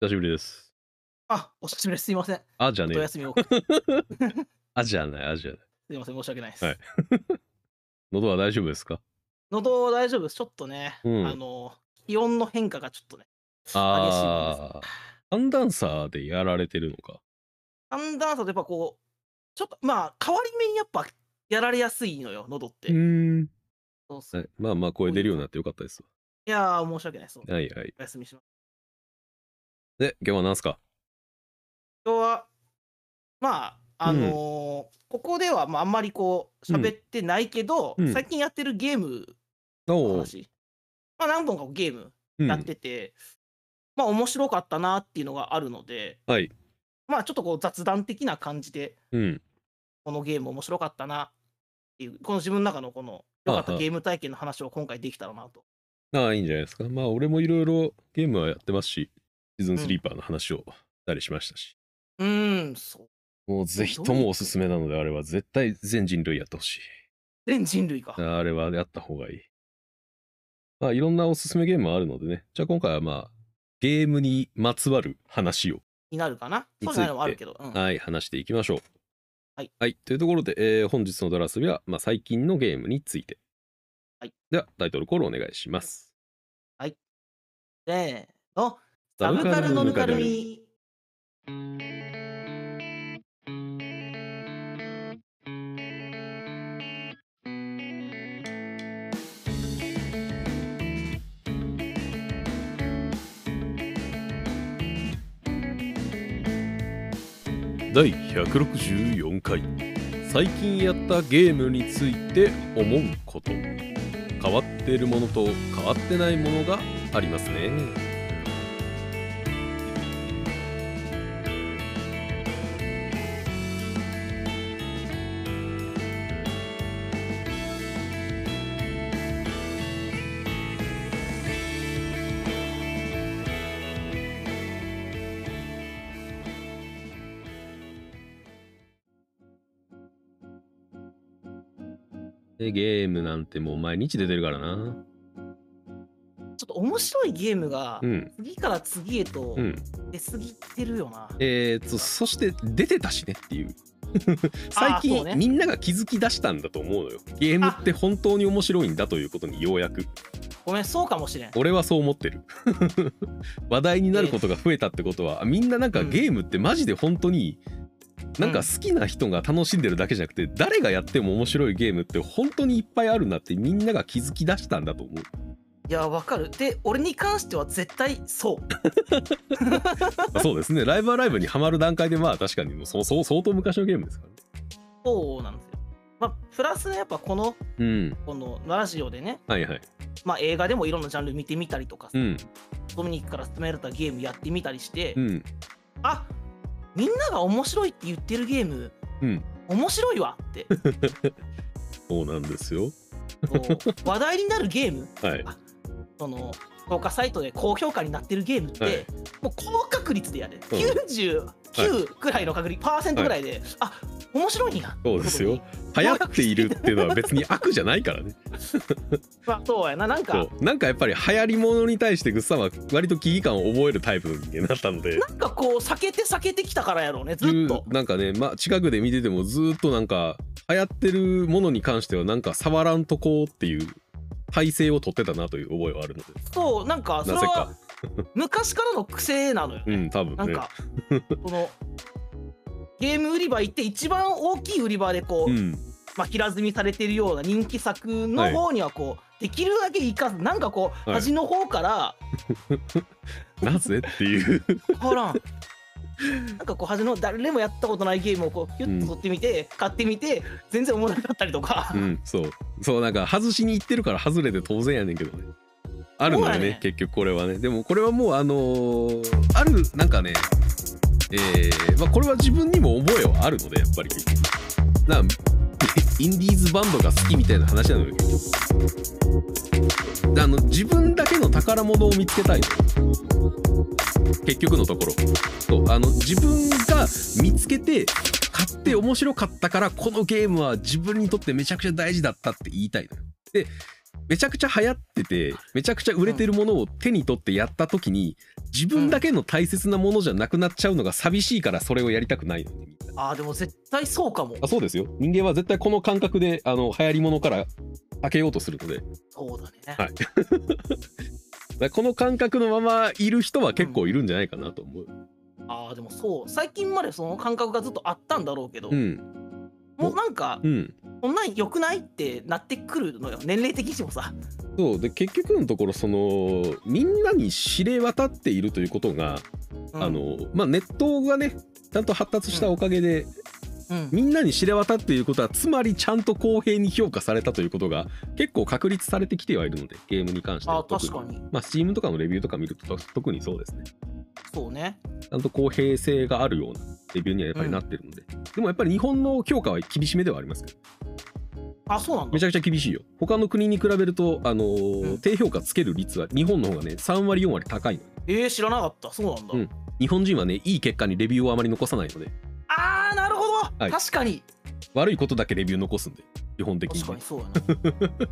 久しぶりです。あ、お久しぶりです。すいません。あじゃおねえ。休 みを。すあじゃない、あじゃない。いません、申し訳ないです。はい喉は大丈夫ですか喉大丈夫です。ちょっとね、うんあの、気温の変化がちょっとね、激しいもんああです。ー、寒暖差でやられてるのか。寒暖差とやっぱこう、ちょっと、まあ、変わり目にやっぱやられやすいのよ、喉って。ん。そうそうはい、まあまあ、声出るようになってよかったですわ。いやー、申し訳ないです。おはいはい。休みします。で、今日は何すか今日は、まあ、あのーここでは、まあ、あんまりこう、うん喋ってないけど、うん最近やってるゲームのおー話。まあ、何本かゲームうんやってて、まあ面白かったなっていうのがあるので、はいまあちょっとこう雑談的な感じでうん。このゲーム面白かったなっていうこの自分の中のこの良かっあたあゲーム体験の話を今回できたらなと。ああ、いいんじゃないですか。まあ、俺もいろいろゲームはやってますし、シーズンスリーパーの話をしたりしましたし。うーんそうもうぜひともおすすめなので、あれは絶対全人類やってほしい。全人類か。あれはやった方がいい。まあ、いろんなおすすめゲームあるのでね。じゃあ今回はまあ、ゲームにまつわる話を、になるかな。そうじゃないのもあるけど。うんはい、話していきましょう。はい。というところで、えー本日のドラ遊びは、まあ、最近のゲームについて。はい。では、タイトルコールお願いします。せーの。サブカルのぬかるみ。第164回最近やったゲームについて思うこと変わっているものと変わってないものがありますねでゲームなんてもう毎日出てるからなちょっと面白いゲームがうん次から次へとうん出過ぎてるよな。えー、とそして出てたしねっていう最あーそ近、うねみんなが気づき出したんだと思うのよゲームって本当に面白いんだということにようやくごめんそうかもしれん。俺はそう思ってる 話題になることが増えたってことはみんななんかうんゲームってマジで本当になんかうん好きな人が楽しんでるだけじゃなくて誰がやっても面白いゲームって本当にいっぱいあるなってみんなが気づき出したんだと思ういやわかる。で俺に関しては絶対そう。まあそうですねライブアライブにハマる段階でまあ確かにもうそうそう相当昔のゲームですからねそうなんですよ。まあ、プラスやっぱこのうんこのラジオでね、はいはいまあ、映画でもいろんなジャンル見てみたりとか、うんドミニクから勧められたゲームやってみたりして、うんあみんなが面白いって言ってるゲーム、うん面白いわってそうなんですよ そう話題になるゲームはいその評価サイトで高評価になってるゲームって、はいもう高確率でやで、うん99くらいの確率、パーセントぐらいで、あ面白いんやそうですよ流行っているっていうのは別に悪じゃないから ねまあ、そうやななんかそうなんかやっぱり流行りものに対してグッさんは割と危機感を覚えるタイプの人間だったのでなんかこう避けて避けてきたからやろうねずっというなんかね、まあ、近くで見ててもずっとなんか流行ってるものに関してはなんか触らんとこうっていう体制を取ってたなという覚えはあるのでそうなんかそれなぜかは昔からの癖なのよ、うん多分なんねかこのゲーム売り場行って一番大きい売り場でこう、うんまあ、平積みされてるような人気作はのい方にはこうできるだけ行かずなんかこうはい端の方から、 なぜっていう変わらんなんかこう端の誰もやったことないゲームをこうヒュッと取ってみて、買ってみて全然おもろなかったりとか、うんそうそうなんか外しに行ってるから外れて当然やねんけどねあるのよそうねやね結局これはねでもこれはもうあのーあるなんかねえーまあ、これは自分にも覚えはあるのでやっぱり結局なんかインディーズバンドが好きみたいな話なのよ結局あの自分だけの宝物を見つけたいの結局のところそうあの自分が見つけて買って面白かったからこのゲームは自分にとってめちゃくちゃ大事だったって言いたいのよでめちゃくちゃ流行っててめちゃくちゃ売れてるものを手に取ってやった時に自分だけの大切なものじゃなくなっちゃうのが寂しいからそれをやりたくないのねみんなああ、でも絶対そうかも。あそうですよ人間は絶対この感覚であの流行りものから避けようとするのでだかそうだね。はい らこの感覚のままいる人は結構いるんじゃないかなと思うああ、でもそう。最近までその感覚がずっとあったんだろうけど、うんもうなんか、うんこんなん良くないってなってくるのよ。年齢的にもさ。そうで結局のところそのみんなに知れ渡っているということが、うんあ、のまあ、ネットがねちゃんと発達したおかげで、うんみんなに知れ渡っていることはつまりちゃんと公平に評価されたということが結構確立されてきてはいるのでゲームに関してあはあ、特確かに。まあ Steam とかのレビューとか見ると特にそうですねそうね。ちゃんと公平性があるようなレビューにはやっぱりなってるので、でもやっぱり日本の評価は厳しめではありますけどあ、そうなんだめち。ゃくちゃ厳しいよ他の国に比べると、あのーうん低評価つける率は日本の方がね3割4割高いのえー、知らなかった。そうなんだ。うん日本人はねいい結果にレビューをあまり残さないのでああ、なるほど、はい確かに。悪いことだけレビュー残すんで基本的に確かねにそうやな。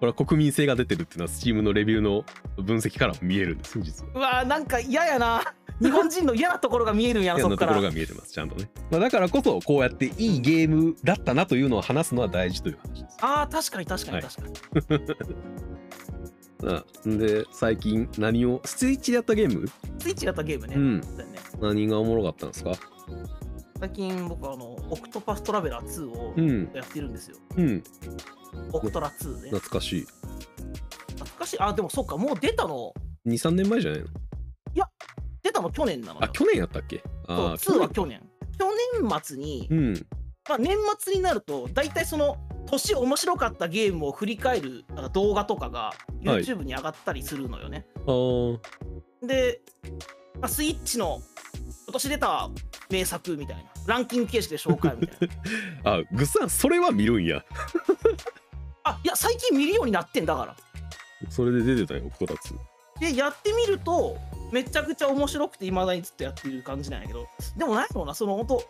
これは国民性が出てるっていうのは Steam のレビューの分析からも見えるんですよ実は。うわーなんか嫌やな。日本人の嫌なところが見えるんやな、嫌そっなかところら。が見えてますちゃんとね、まあ、だからこそこうやっていいゲームだったなというのを話すのは大事という話です。ああ、確かに確かはにい確かに。うんで最近何をスイッチでやったゲームスイッチ型ゲームね。うんそうだよね何がおもろかったんですか最近僕あの、オクトパストラベラー2をうんやってるんですよ。うんオクトラ2ね。懐かしい懐かしい。あ、でもそっか、もう出たの、 23年前じゃないの出たの去年なのよあ。去年やったっけあそう2は去去年。去年末に、年うんまあ、年末になると、大体その、年面白かったゲームを振り返るなんか動画とかがはい YouTube に上がったりするのよね。あーで、まあ、スイッチの今年出た名作みたいなランキング形式で紹介み たいなあぐっさんそれは見るんやあいや最近見るようになってんだからそれで出てたよこたつでやってみるとめちゃくちゃ面白くていまだにずっとやってる感じなんやけどでもなんやろうなその本当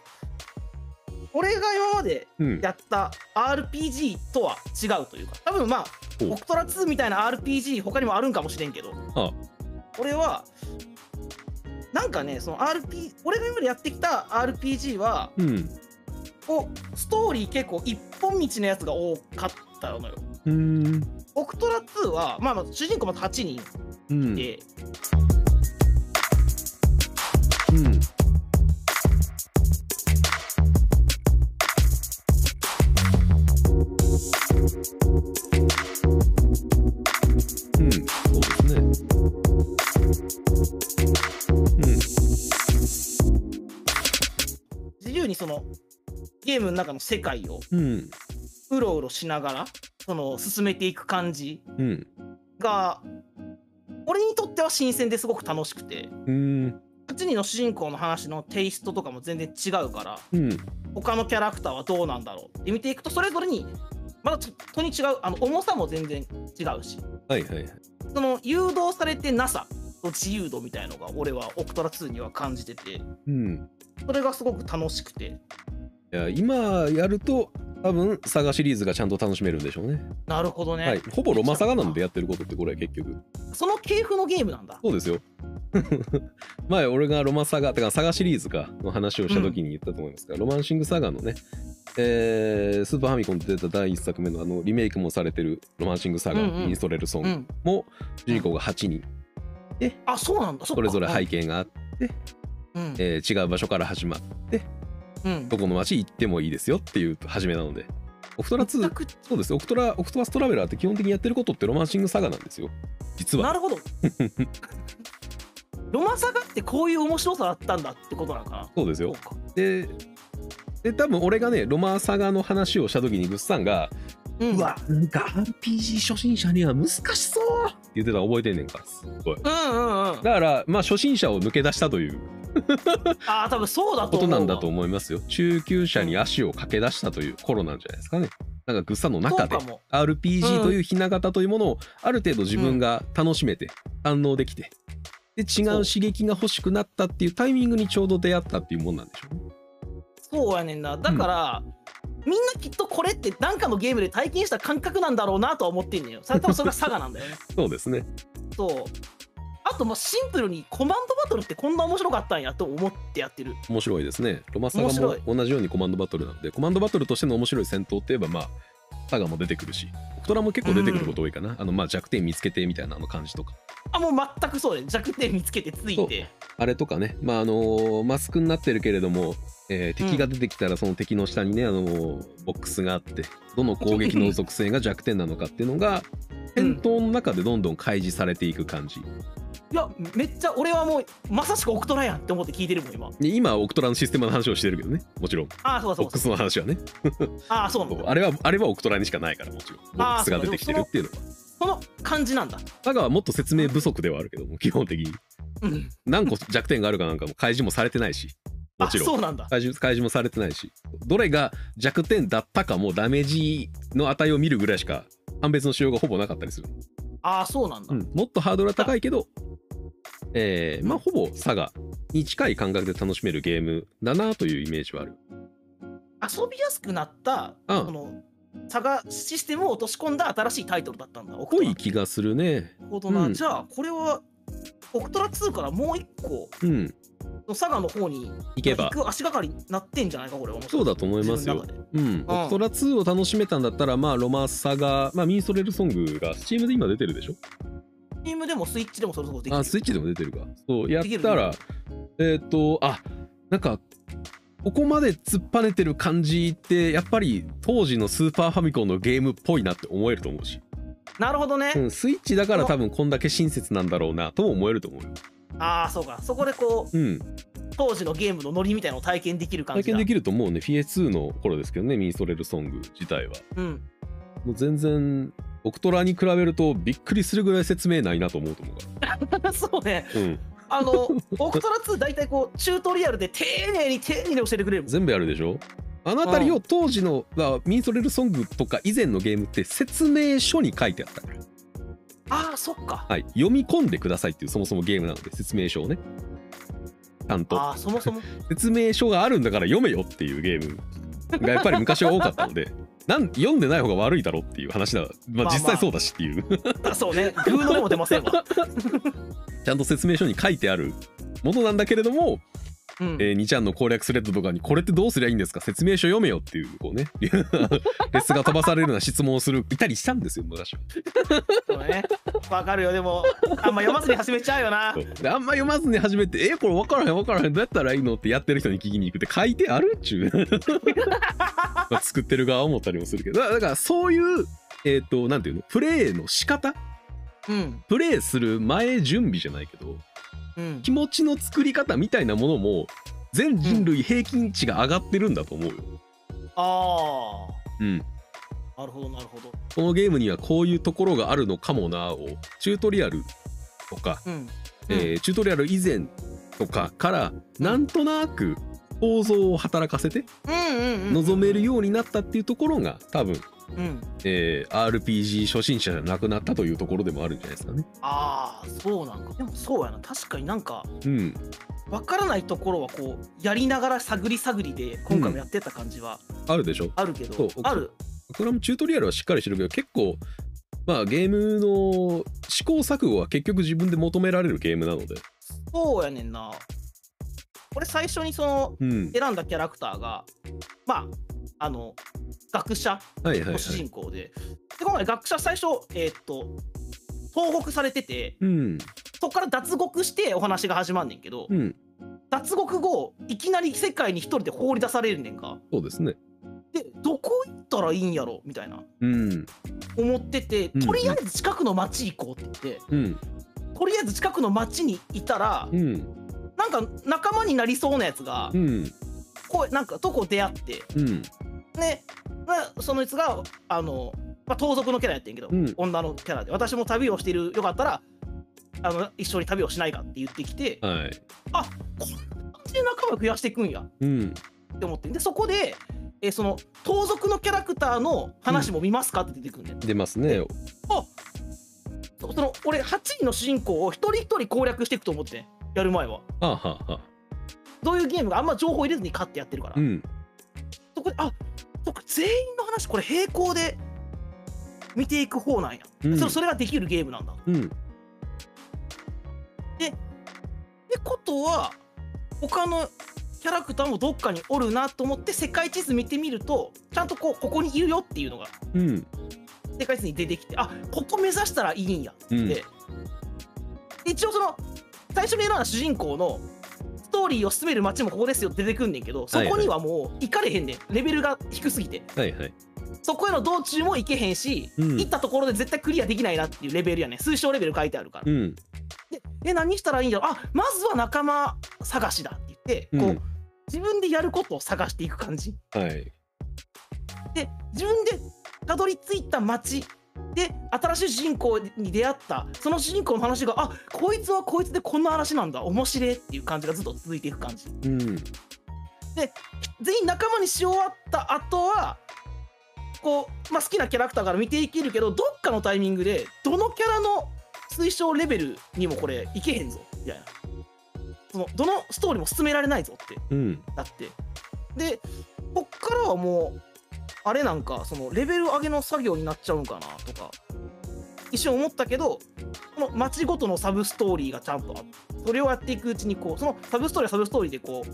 俺が今までうんやった RPG とは違うというか多分まあおオクトラ2みたいな RPG 他にもあるんかもしれんけどあ俺はなんかねその RP 俺が今までやってきた RPG はうんこうストーリー結構一本道のやつが多かったのよ。うんオクトラ2は、まあ、まあ主人公まず8人うんで、うんうん、そうですね。自由にそのゲームの中の世界をうん、うん、うろうろしながらその進めていく感じうん、が俺にとっては新鮮ですごく楽しくてうん、 8人の主人公の話のテイストとかも全然違うからうん、他のキャラクターはどうなんだろうって見ていくとそれぞれにまだちょっとに違うあの重さも全然違うしはいはいはい。その誘導されてなさと自由度みたいのが俺はオクトラ2には感じててうん。それがすごく楽しくていや、今やると、多分サガシリーズがちゃんと楽しめるんでしょうね。なるほどね、はい、ほぼロマサガなんでやってることってこれ結局。その系譜のゲームなんだそうですよ。 前俺がロマサガてかサガシリーズかの話をした時に言ったと思いますが、ロマンシングサガのね、えースーパーファミコンで出た第1作目のあのリメイクもされてるロマンシングサガ、うんうんインストレルソンうグんも主人公が8人あそうなんだそっかそれぞれ背景景があって、うんえー違う場所から始まってうんどこの街行ってもいいですよっていう始めなのでオクトラ全2くそうですオクトラオクトパストラベラーって基本的にやってることってロマンシングサガなんですよ実はなるほどロマサガってこういう面白さだったんだってことなのかなそうですよそうかでで多分俺がねロマサガの話をした時にグッさんが「うんうわなんか RPG 初心者には難しそう!」って言ってたの覚えてんねんかすっごいうんうんうんだからまあ初心者を抜け出したというああ多分そうだこと思とうなんだと思いますよ中級者に足を駆け出したという頃なんじゃないですかねなんかグッさんのそ中うでかも RPG というひな形というものをある程度自分が楽しめて堪能できてで違う刺激が欲しくなったっていうタイミングにちょうど出会ったっていうもんなんでしょうねそうやねんなだから、みんなきっとこれって何かのゲームで体 験した感覚なんだろうなとは思ってんねんよ。それ多分それが差がなんだよね。そうですねそう。あとまあシンプルにコマンドバトルってこんな面白かったんやと思ってやってる面白いですねロマサガ面も白い同じようにコマンドバトルなのでコマンドバトルとしての面白い戦闘っていえばまあサガも出てくるしオクトラも結構出てくること多いかな、あのまあ弱点見つけてみたいなあの感じとかあもう全くそうで弱点見つけてついてあれとかねまああのーマスクになってるけれども、えー敵が出てきたらその敵の下にね、あのーボックスがあってどの攻撃の属性が弱点なのかっていうのがうん戦闘の中でどんどん開示されていく感じいやめっちゃ俺はもうまさしくオクトラやんって思って聞いてるもん今で今オクトラのシステムの話をしてるけどねもちろんああそうだボッそうだクスの話はねああそうなんだあれはあれはオクトラにしかないからもちろんボックスが出てきてるっていうのはその感じなんだ佐賀はもっと説明不足ではあるけども基本的にうん何個弱点があるかなんかも開示もされてないしもあちろんそうなんだ開示開示もされてないしどれが弱点だったかもダメージの値を見るぐらいしか判別のしようがほぼなかったりする、ああそうなんうだ、んもっとハードルは高いけどえーまあほぼ佐賀に近い感覚で楽しめるゲームだなというイメージはある遊びやすくなった、うんこの差がシステムを落とし込んだ新しいタイトルだったんだオク濃トラい気がするねなるほどな、うんじゃあこれはオクトラ2からもう一個うん佐賀の方にいけば行く足がかりになってんじゃないかこれはそうだと思いますようん、オクトラ2を楽しめたんだったら、まあ、ロマサガ、まあ、ミンストレルソングが、スチームで今出てるでしょチームでもスイッチでもそれそこできあ、るスイッチでも出てるか。そう、やっきるたら、えっ、と、あ、なんか、ここまで突っぱねてる感じって、やっぱり当時のスーパーファミコンのゲームっぽいなって思えると思うし、なるほどね、うん、スイッチだから多分こんだけ親切なんだろうなとも思えると思うよ。ああそうかそこでこううん、当時のゲームのノリみたいなのを体験できる感体じが験できると思うね、フィエ2の頃ですけどね、ミンストレルソング自体は。うん もう全然、オクトラに比べるとびっくりするぐらい説明ないなと思うと思うかそうねら。うんあ のオクトラ2大体こうチュートリアルで丁寧に丁寧に教えてくれるもん全部やるでしょあの辺りを当時の、まあ、ミンストレルソングとか以前のゲームって説明書に書いてあったから、ああそっかはい、読み込んでくださいっていうそもそもゲームなので説明書をねちゃんとああそもそも説明書があるんだから読めよっていうゲームがやっぱり昔は多かったので なん読んでない方が悪いだろうっていう話だ、まあ、まあ実際そうだしっていう あそうねグーのでも出ませんわ、ちゃんと説明書に書いてあるものなんだけれども、うんえー、2ちゃんの攻略スレッドとかにこれってどうすりゃいいんですか説明書読めよっていうこうね レスが飛ばされるような質問をするいたりしたんですよ昔は。そうねわかるよでもあんま読まずに始めちゃう よなであんま読まずに始めて「えこれ分からへん分からへんどうやったらいいの?」ってやってる人に聞きに行くって書いてあるっち ゅうまあ作ってる側は思ったりもするけどだだからそういうえっ、となんていうのプレイの仕方うんプレイする前準備じゃないけどうん気持ちの作り方みたいなものも全人類平均値が上がってるんだと思うよ。あうん、あなるほどなるほどこのゲームにはこういうところがあるのかもなをチュートリアルとかうんえーチュートリアル以前とかからうんなんとなく構造を働かせてうんうん望めるようになったっていうところが多分、うんえー RPG 初心者じゃなくなったというところでもあるんじゃないですかね。ああそうなんかでもそうやな確かになんかうん、わからないところはこうやりながら探り探りで今回もやってた感じはあるでしょ。あるけど、そう僕あるこれもチュートリアルはしっかりしてるけど結構まあゲームの試行錯誤は結局自分で求められるゲームなので。そうやねんな俺最初にそのうん、選んだキャラクターがまああの学者はいはいはのい。主人公で,、で今回学者最初えーっと投獄されててうん、そこから脱獄してお話が始まんねんけど、うん、脱獄後いきなり世界に一人で放り出されるねんかそうですね。でどこ行ったらいいんやろみたいなうん、思っててうんとりあえず近くの町行こうって言って、うん、とりあえず近くの町にいたらうん、なんか仲間になりそうなやつがうん、こうなんかとこ出会ってうん、ねまあそのやつがあの、まあ、盗賊のキャラやってんけど、うん女のキャラで私も旅をしてるよかったらあの一緒に旅をしないかって言ってきてはい。こんな感じで仲間増やしていくんやうん、って思ってでそこで、えーその盗賊のキャラクターの話も見ますかって出てくるんで、出ますね。その俺8人の主人公を一人一人攻略していくと思ってんやる前ははあ、はあはあ、どういうゲームがあんま情報入れずに勝ってやってるから、うん。そこであそっか全員の話これ並行で見ていく方なんや、うんそれそれができるゲームなんだうん、ってことは他のキャラクターもどっかにおるなと思って世界地図見てみるとちゃんとこうここにいるよっていうのがうん世界地図に出てきてあここ目指したらいいんやって、うんで一応その最初に選んだ主人公のストーリーを進める街もここですよって出てくんねんけどそこにはもう行かれへんねんレベルが低すぎてはいはいそこへの道中も行けへんし、うん行ったところで絶対クリアできないなっていうレベルやねん推奨レベル書いてあるからう、んでえ何したらいいんだろうあまずは仲間探しだって言って、うんこう自分でやることを探していく感じはいで自分でたどり着いた町で新しい主人公に出会ったその主人公の話があこいつはこいつでこんな話なんだ面白いっていう感じがずっと続いていく感じうん全員仲間にし終わった後はこう、まあ、好きなキャラクターから見ていけるけどどっかのタイミングでどのキャラの推奨レベルにもこれいけへんぞみたいなそのどのストーリーも進められないぞってうんなってでこっからはもうあれなんかそのレベル上げの作業になっちゃうんかなとか一瞬思ったけどこの街ごとのサブストーリーがちゃんとあってそれをやっていくうちにこうそのサブストーリーはサブストーリーでこ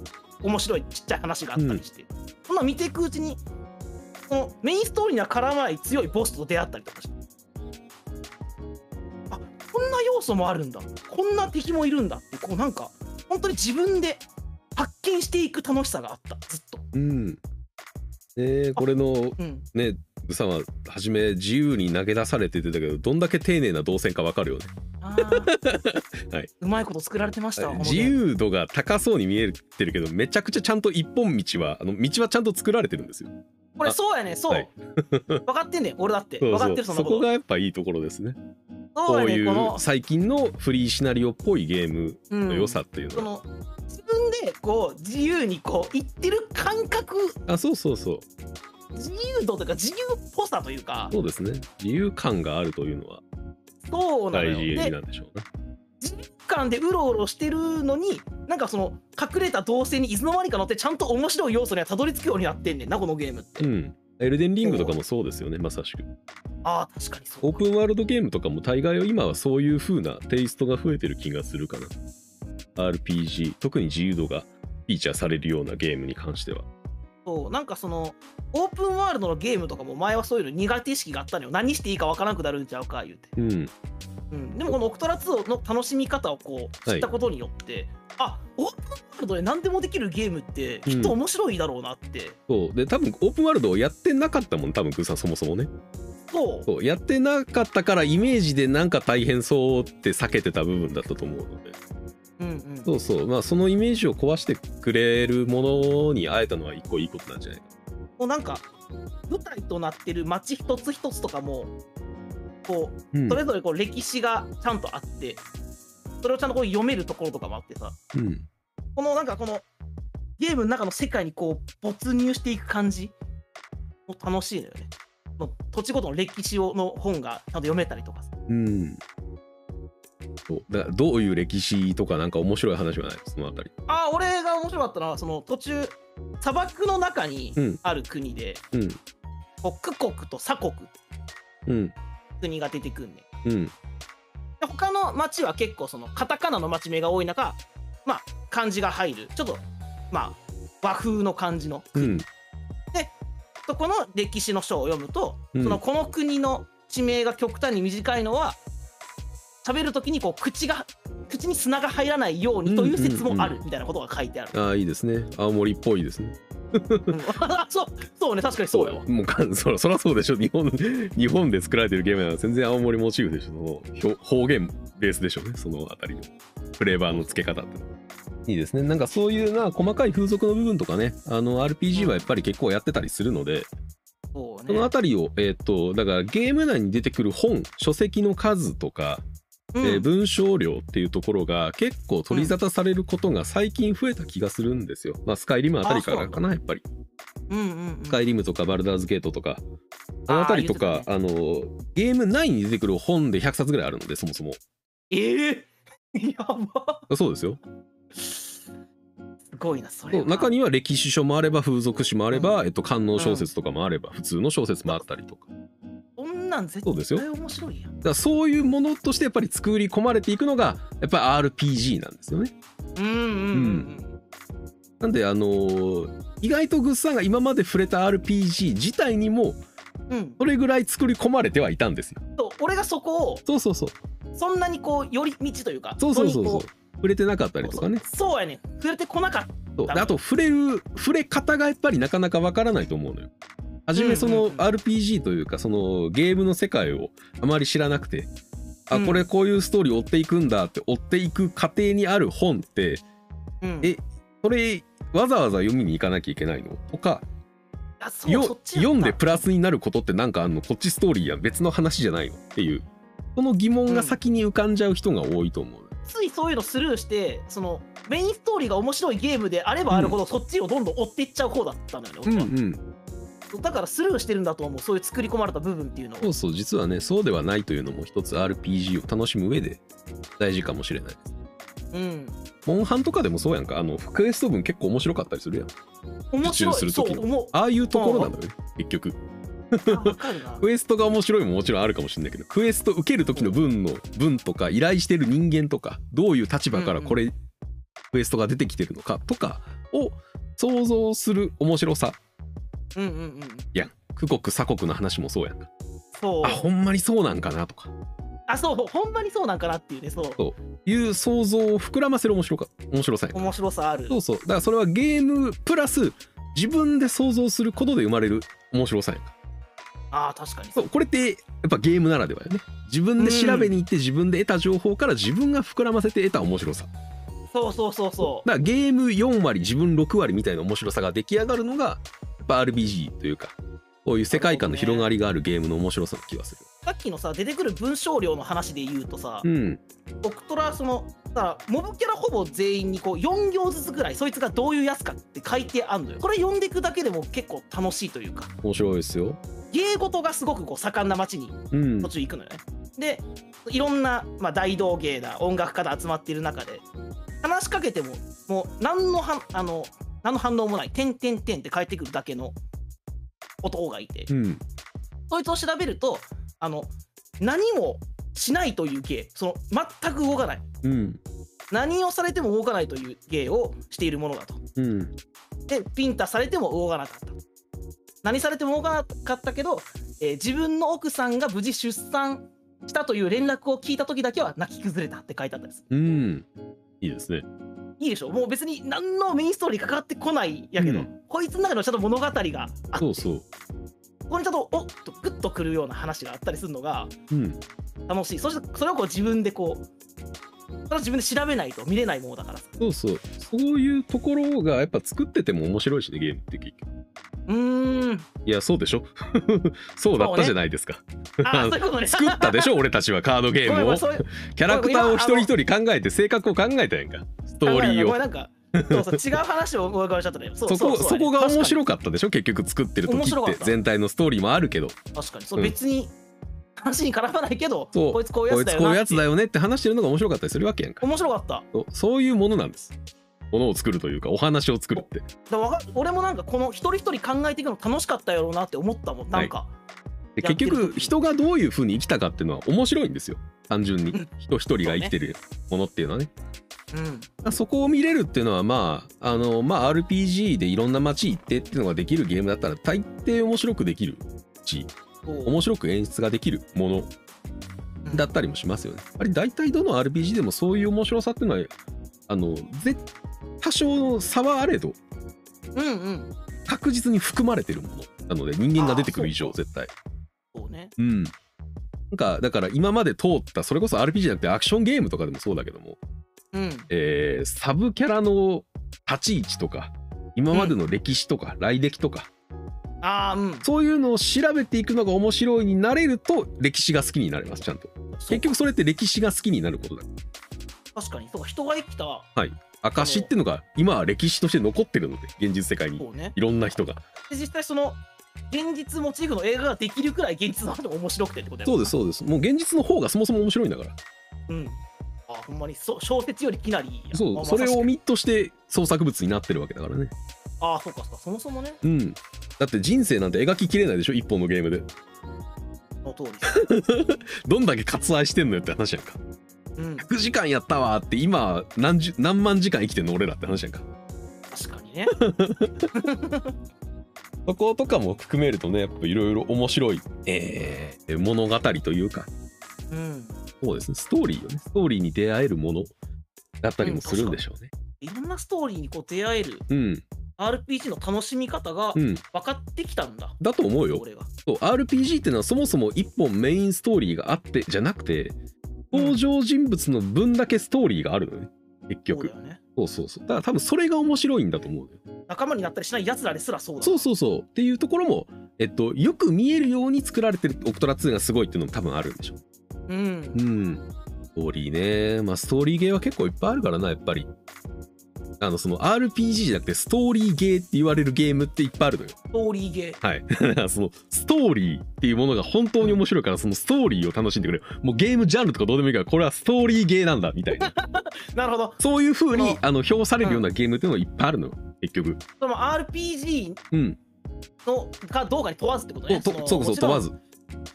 う面白いちっちゃい話があったりして、そんなん見ていくうちにそのメインストーリーには絡まない強いボスと出会ったりとかしてあこんな要素もあるんだこんな敵もいるんだってこうなんか本当に自分で発見していく楽しさがあったずっと。うんえー、これのうんねさんは初め自由に投げ出されて言ってたけどどんだけ丁寧な動線かわかるよねあ ーはいうまいこと作られてましたわこのゲ自ーム由度が高そうに見えてるけどめちゃくちゃちゃんと一本道はあの道はちゃんと作られてるんですよこれそうやねそう、はい 分かってんねん俺だってそう分そかうってるそんなそこことがやっぱいいところですねそこううやねいんこうの最近のフリーシナリオっぽいゲームうんの良さっていうのそは、の自分でこう自由にこう言ってる感覚あそうそうそう自由度というか自由っぽさというかそうですね自由感があるというのはそうなの大事よでなんでしょうね自由感でうろうろしてるのになんかその隠れた動線にいつの間にか乗ってちゃんと面白い要素にはたどり着くようになってんねんなこのゲームって、うんエルデンリングとかもそうですよねまさしくあー確かにそうオープンワールドゲームとかも大概今はそういう風なテイストが増えてる気がするかな RPG 特に自由度がフィーチャーされるようなゲームに関してはそうなんかそのオープンワールドのゲームとかも前はそういうの苦手意識があったのよ何していいかわからなくなるんちゃうか言うて、うんうん、でもこの「オクトラ2」の楽しみ方をこうは知いったことによって、あオープンワールドで何でもできるゲームってきっと面白いだろうなって、そうで多分オープンワールドをやってなかったもん多分グーさんそもそもねそうそうやってなかったからイメージでなんか大変そうって避けてた部分だったと思うのでうんうんそうそうまあそのイメージを壊してくれるものに会えたのは一個いいことなんじゃないかもうなんか舞台となってる街一つ一つとかもこううんそれぞれこう歴史がちゃんとあってそれをちゃんとこう読めるところとかもあってさうんこのなんかこのゲームの中の世界にこう没入していく感じも楽しいのよね。この土地ごとの歴史をの本がちゃんと読めたりとかさうんそうだからどういう歴史とかなんか面白い話がないそのあたりああ俺が面白かったのはその途中砂漠の中にうんある国で、うんこうク国と鎖国ってうん国が出てくんねんうんで他の町は結構そのカタカナの町名が多い中まあ漢字が入るちょっとまあ和風の感じのうんとこの歴史の書を読むと、うんそのこの国の地名が極端に短いのは喋る時にこう口が口に砂が入らないようにという説もあるみたいなことが書いてある。ああいいですね青森っぽいですねうん そうそうね確かにそうやわ。もうかんそらそらそうでしょ日本日本で作られてるゲームなら全然青森モチーフでしょその表方言ベースでしょうねそのあたりのフレーバーの付け方っていいですねなんかそういうな細かい風俗の部分とかねあの RPG はやっぱり結構やってたりするので、そうそねのあたりをえっ、とだからゲーム内に出てくる本書籍の数とか、うんえー文章量っていうところが結構取り沙汰されることが最近増えた気がするんですよ、まあスカイリムあたりからかなやっぱりうんうんうんスカイリムとかバルダーズゲートとか、あの辺りとか、ああの、ゲーム内に出てくる本で100冊ぐらいあるので、そもそも。ええ やばそうですよ。すごいなそれそうは。中には歴史書もあれば、風俗史もあれば、えっと、官能小説とかもあれば、普通の小説もあったりとか。そんなん絶そうですよ対面白いやんだからそういうものとしてやっぱり作り込まれていくのがやっぱり RPG なんですよね。うんうんなんであのー意外とグッさんが今まで触れた RPG 自体にもうんうんうんそれぐらい作り込まれてはいたんですよ。と俺がそこをそうそうそうそんなにこう寄り道というかそうそうそうそ本う触れてなかった当りにことかね。そうそうやね触れてこなかっそうであと触れる触れ方がやっぱりなかなかわからないと思うのよ。初めそうんうのんうん RPG というかそのゲームの世界をあまり知らなくてあうんこれこういうストーリー追っていくんだって追っていく過程にある本ってた、うん、えそれわざわざ読みに行かなきゃいけないのとかあそうよそっちやった読んでプラスになることってなんかあんのこっちストーリーやん別の話じゃないのっていうその疑問が先に浮かんじゃう人が多いと思う、ついそういうのスルーしてそのメインストーリーが面白いゲームであればあるほど、そっちをどんどん追っていっちゃう方だったのよね、俺はん、だからスルーしてるんだと思うそういう作り込まれた部分っていうのをそうそう実はねそうではないというのも一つ RPG を楽しむ上で大事かもしれないうんモンハンとかでもそうやんかあのクエスト分結構面白かったりするやん面白いするそ時のう思うああいうところなのよね結局あわか るなクエストが面白いももちろんあるかもしれないけどクエスト受ける時の分の分とか依頼してる人間とかどういう立場からこれ、クエストが出てきてるのかとかを想像する面白さうんうんうんやん区国鎖国の話もそうやんかそうあほんまにそうなんかなとかあそうほんまにそうなんかなっていうねそういう想像を膨らませる面白か面白さやん面白さあるそうそうだからそれはゲームプラス自分で想像することで生まれる面白さやんかあー確かにそうこれってやっぱゲームならではよね自分で調べに行って自分で得た情報から自分が膨らませて得た面白さそうそうそうそうだからゲーム4割自分6割みたいな面白さが出来上がるのがやっぱ RBG というかこういう世界観の広がりがあるゲームの面白さの気がする。さっきのさ出てくる文章量の話で言うとさ、うん、ドクトラそのさモブキャラほぼ全員にこう4行ずつぐらいそいつがどういうやつかって書いてあんのよこれ読んでいくだけでも結構楽しいというか面白いですよ。芸事がすごくこう盛んな町にうん途、中行くのよねでいろんな、まあ、大道芸だ音楽家だ集まっている中で話しかけてももう何のはあの何の反応もない「てんてんてん」って返ってくるだけの男がいてうん、そいつを調べるとあの何もしないという芸その全く動かないうん、何をされても動かないという芸をしているものだと。うん、で、ピンタされても動かなかった。何されても動かなかったけど、えー自分の奥さんが無事出産したという連絡を聞いた時だけは泣き崩れたって書いてあったんです。うん。いいですね。いいでしょもう別に何のメインストーリーかかってこないやけど、うんこいつの中のちゃんと物語があってそうそう。ここにちょっとおっとグッとくるような話があったりするのがうん、楽しい。そしてそれをこう自分でこう、それを自分で調べないと見れないものだからさ。そうそう。そういうところがやっぱ作ってても面白いしね、ゲームって結局。うーん。いや、そうでしょ そうだったじゃないですか。 あー、そういうことね。作ったでしょ俺たちはカードゲごーめんムごめをん。そういうキャラクターを一人一人考えて性格を考えたやんか。ストーリーをごめん。なんかそうそう違う話を思い浮かべちゃったね。そうそこうそこが面い。白かったでしょ結局作ってる時面白っかてった全体のストーリーもあるけど確かにそう、うん別に話に絡まないけど、そうこいつこういうこやついだつよこなういうってやつだよねって話してるのが面白かったりするわけやんか面白かった。だかそうそういうものなんですものを作るというかお話を作るってらわか俺もなんかこの一人一人考えていくの楽しかったやろうなって思ったもん。なんか、でやっ結てる時局人がどういうふうに生きたかっていうのは面白いんですよ単純に うん人一人が生きてるものっていうのはねうん。そこを見れるっていうのはまああのまあ RPG でいろんな街行ってっていうのができるゲームだったら大抵面白くできるしこ面白く演出ができるものうだったりもしますよね。あれ大体どの RPG でもそういう面白さっていうのはあのぜ多少の差はあれどうんうん。確実に含まれてるものなので人間が出てくる以上あー絶対。そうね。うん。なんかだから今まで通ったそれこそ RPG じゃなくてアクションゲームとかでもそうだけども、うん。えーサブキャラの立ち位置とか今までの歴史とか来歴とか、ああ、うん。そういうのを調べていくのが面白いになれると歴史が好きになれますちゃんとそう結局それって歴史が好きになることだ確かに、そうか、人が生きた、そ証っていうのが今は歴史として残ってるので現実世界にうね。いろんな人がで実際その、現実モチーフの映画ができるくらい現実の話も面白くてってことやもそんうですそうですもう現実の方がそもそも面白いんだからうん。あほんまにそう小説よりきなりやそまあうそれをまミットして創作物になってるわけだからねあ確かにあそうかそうかそもそもねうんだって人生なんて描ききれないでしょ一本のゲームでの通りです。どんだけ割愛してんのよって話やんかうん、 9時間やったわって今何十何万時間生きてんの俺らって話やんか確かに ね。そことかも含めるとねやっぱいろいろ面白い、えー物語というかうん。そうですねストーリーよねストーリーに出会えるものだったりもするんでしょうねいろんなストーリーにこう出会えるうん RPG の楽しみ方がうん、分かってきたんだ。だと思うよ俺が。そう RPG っていうのはそもそも一本メインストーリーがあってじゃなくて登場人物の分だけストーリーがあるのね結そう局だよね。そうそうそうだから多分それが面白いんだと思うのよ仲間になったりしない奴らですらそうだ。そうそうそうっていうところもえっとよく見えるように作られてるオクトラ2がすごいっていうのも多分あるんでしょうんう。んストーリーねまあストーリーゲーは結構いっぱいあるからなやっぱりあのその RPG じゃなくてストーリーゲーって言われるゲームっていっぱいあるのよ ストーリーゲー。はい。だからそのストーリーっていうものが本当に面白いから、そのストーリーを楽しんでくれ。もうゲームジャンルとかどうでもいいから、これはストーリーゲーなんだ、みたいな。 なるほど。そういう風そにう、あの、評されるようなゲームっていうのがいっぱいあるのよ、結局。でも RPG うん。のかどうかに問わずってことね。とのとそうそう、もちろ問んわず。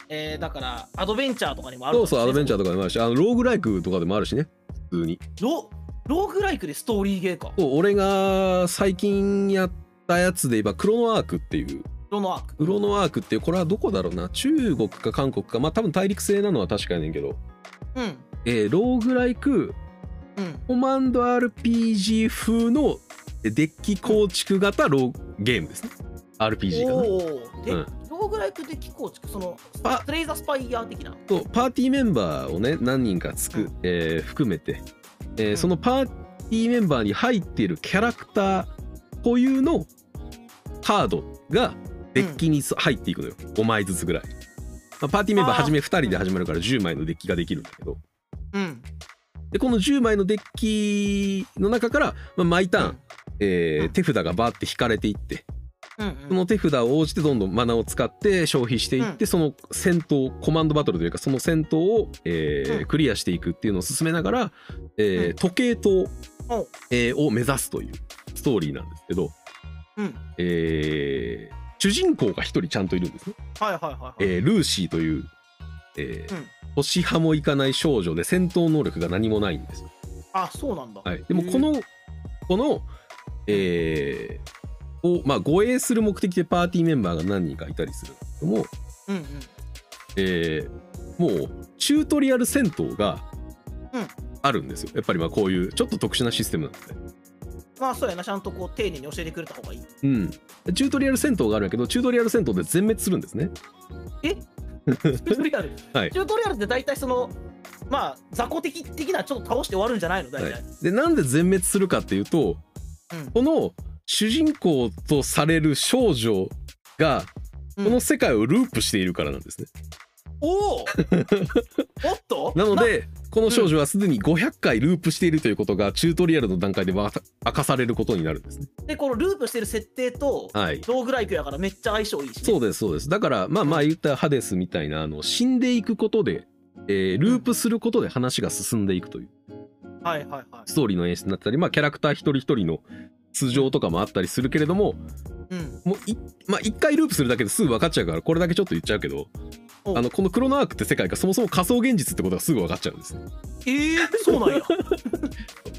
えーだから、アドベンチャーとかにもあるそんうですねそう、アドベンチャーとかでもあるし、あの、ローグライクとかでもあるしね、普通に。ロローグライクでストーリーゲーか。そう、俺が最近やったやつで言えば、クロノアークっていう、ロノアーク。クロノアークっていう、これはどこだろうな、中国か韓国か、まあ多分大陸製なのは確かやねんけど、うん。えーローグライク、うん。コマンド RPG 風のデッキ構築型ローゲームですね。RPG かな。おーで、うんローグライクで気構築、その、あスレイザースパイヤー的な。とパーティーメンバーをね何人かつうくん、えー含めて、えーうんそのパーティーメンバーに入っているキャラクター固有のカードがデッキにす入っていくのよ5枚ずつぐらい。まあパーティーメンバーはじめ2人で始まるから10枚のデッキができるんだけどうん。でこの10枚のデッキの中から、まあ、毎ターン、えーうん手札がバーって引かれていってうん。その手札を応じてどんどんマナを使って消費していって、その戦闘コマンドバトルというかその戦闘を、えーうんクリアしていくっていうのを進めながら、えーうん時計塔、えーを目指すというストーリーなんですけど、うん。うん。えー主人公が一人ちゃんといるんですね。はいはいはい、はい。えールーシーという、えーうん星派もいかない少女で戦闘能力が何もないんですよあ、そうなんだ。はい、でもこのこのえーをまあ護衛する目的でパーティーメンバーが何人かいたりするんですけども、うんうん。えーもうチュートリアル戦闘がうんあるんですよやっぱりまあこういうちょっと特殊なシステムなんで、まあそうやな、ちゃんとこう丁寧に教えてくれた方がいい。うん、チュートリアル戦闘があるんやけどチュートリアル戦闘で全滅するんですねえ チュートリアル、 はいチュートリアルって大体その、まあ、雑魚的的なちょっと倒して終わるんじゃないの大体。はいでなんで全滅するかっていうとうんこの主人公とされる少女がうこんの世界をループしているからなんですねおおおっ となので、この少女はすでに500回ループしているということが、チュートリアルの段階でわた明かされることになるんですね。でこのループしてる設定と、はい。ローグライクやからめっちゃ相性いいし、ね、そうです、そうです。だから、まあまあ言ったハデスみたいな、あの、死んでいくことで、えーループすることで話が進んでいくという、はいはいはストーリーの演出になったり、まあキャラクター一人一人の素性とかもあったりするけれども、い、うん、もうい、まあ一回ループするだけですぐ分かっちゃうから、これだけちょっと言っちゃうけど、おあの、このクロノアークって世界がそもそも仮想現実ってことがすぐ分かっちゃうんですね。ええそ うなんや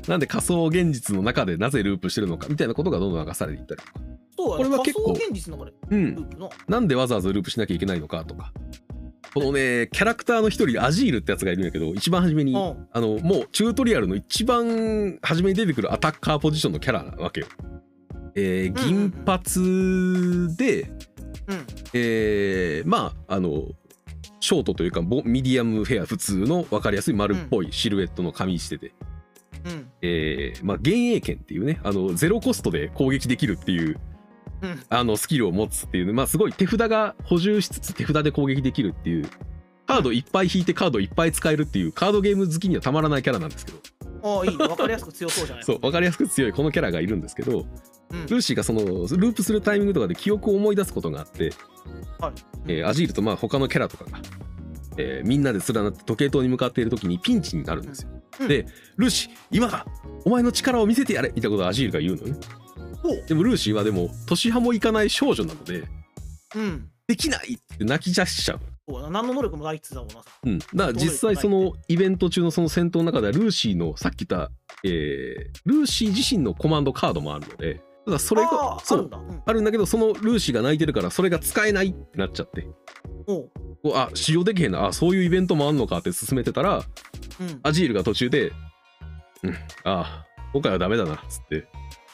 なんで仮想現実の中でなぜループしてるのかみたいなことがどんどん明かされていったりとかそうやこれは結構仮想現実の中でうルんープのなんでわざわざループしなきゃいけないのかとかこのねキャラクターの一人アジールってやつがいるんやけど一番初めにうんあのもうチュートリアルの一番初めに出てくるアタッカーポジションのキャラなわけよ。えーうんうん銀うん髪で、うんえーまああのショートというかボミディアムフェア普通の分かりやすい丸っぽいシルエットの髪してて、うんえーまあ、幻影剣っていうねあのゼロコストで攻撃できるっていううんあのスキルを持つっていうね、まあ、すごい手札が補充しつつ手札で攻撃できるっていうカードいっぱい引いてカードいっぱい使えるっていうカードゲーム好きにはたまらないキャラなんですけどああいいね分かりやすく強そうじゃないそう分かりやすく強いこのキャラがいるんですけどうんルーシーがそのループするタイミングとかで記憶を思い出すことがあって、はいえーアジールとまあ他のキャラとかが、えーみんなで連なって時計塔に向かっている時にピンチになるんですよ、うんでルーシー今だお前の力を見せてやれみたいなことをアジールが言うのねおでもルーシーはでも年派もいかない少女なのでうんできないって泣き出しちゃうそうだな何の能力もないっつってたもんなうん、だから実際そのイベント中のその戦闘の中ではルーシーのさっき言った、えールーシー自身のコマンドカードもあるのでただそれあがーそあるんうだ、うん、あるんだけどそのルーシーが泣いてるからそれが使えないってなっちゃっておうこうあ使用できへんなあそういうイベントもあんのかって進めてたらうんアジールが途中で「うんああ今回はダメだな」っつって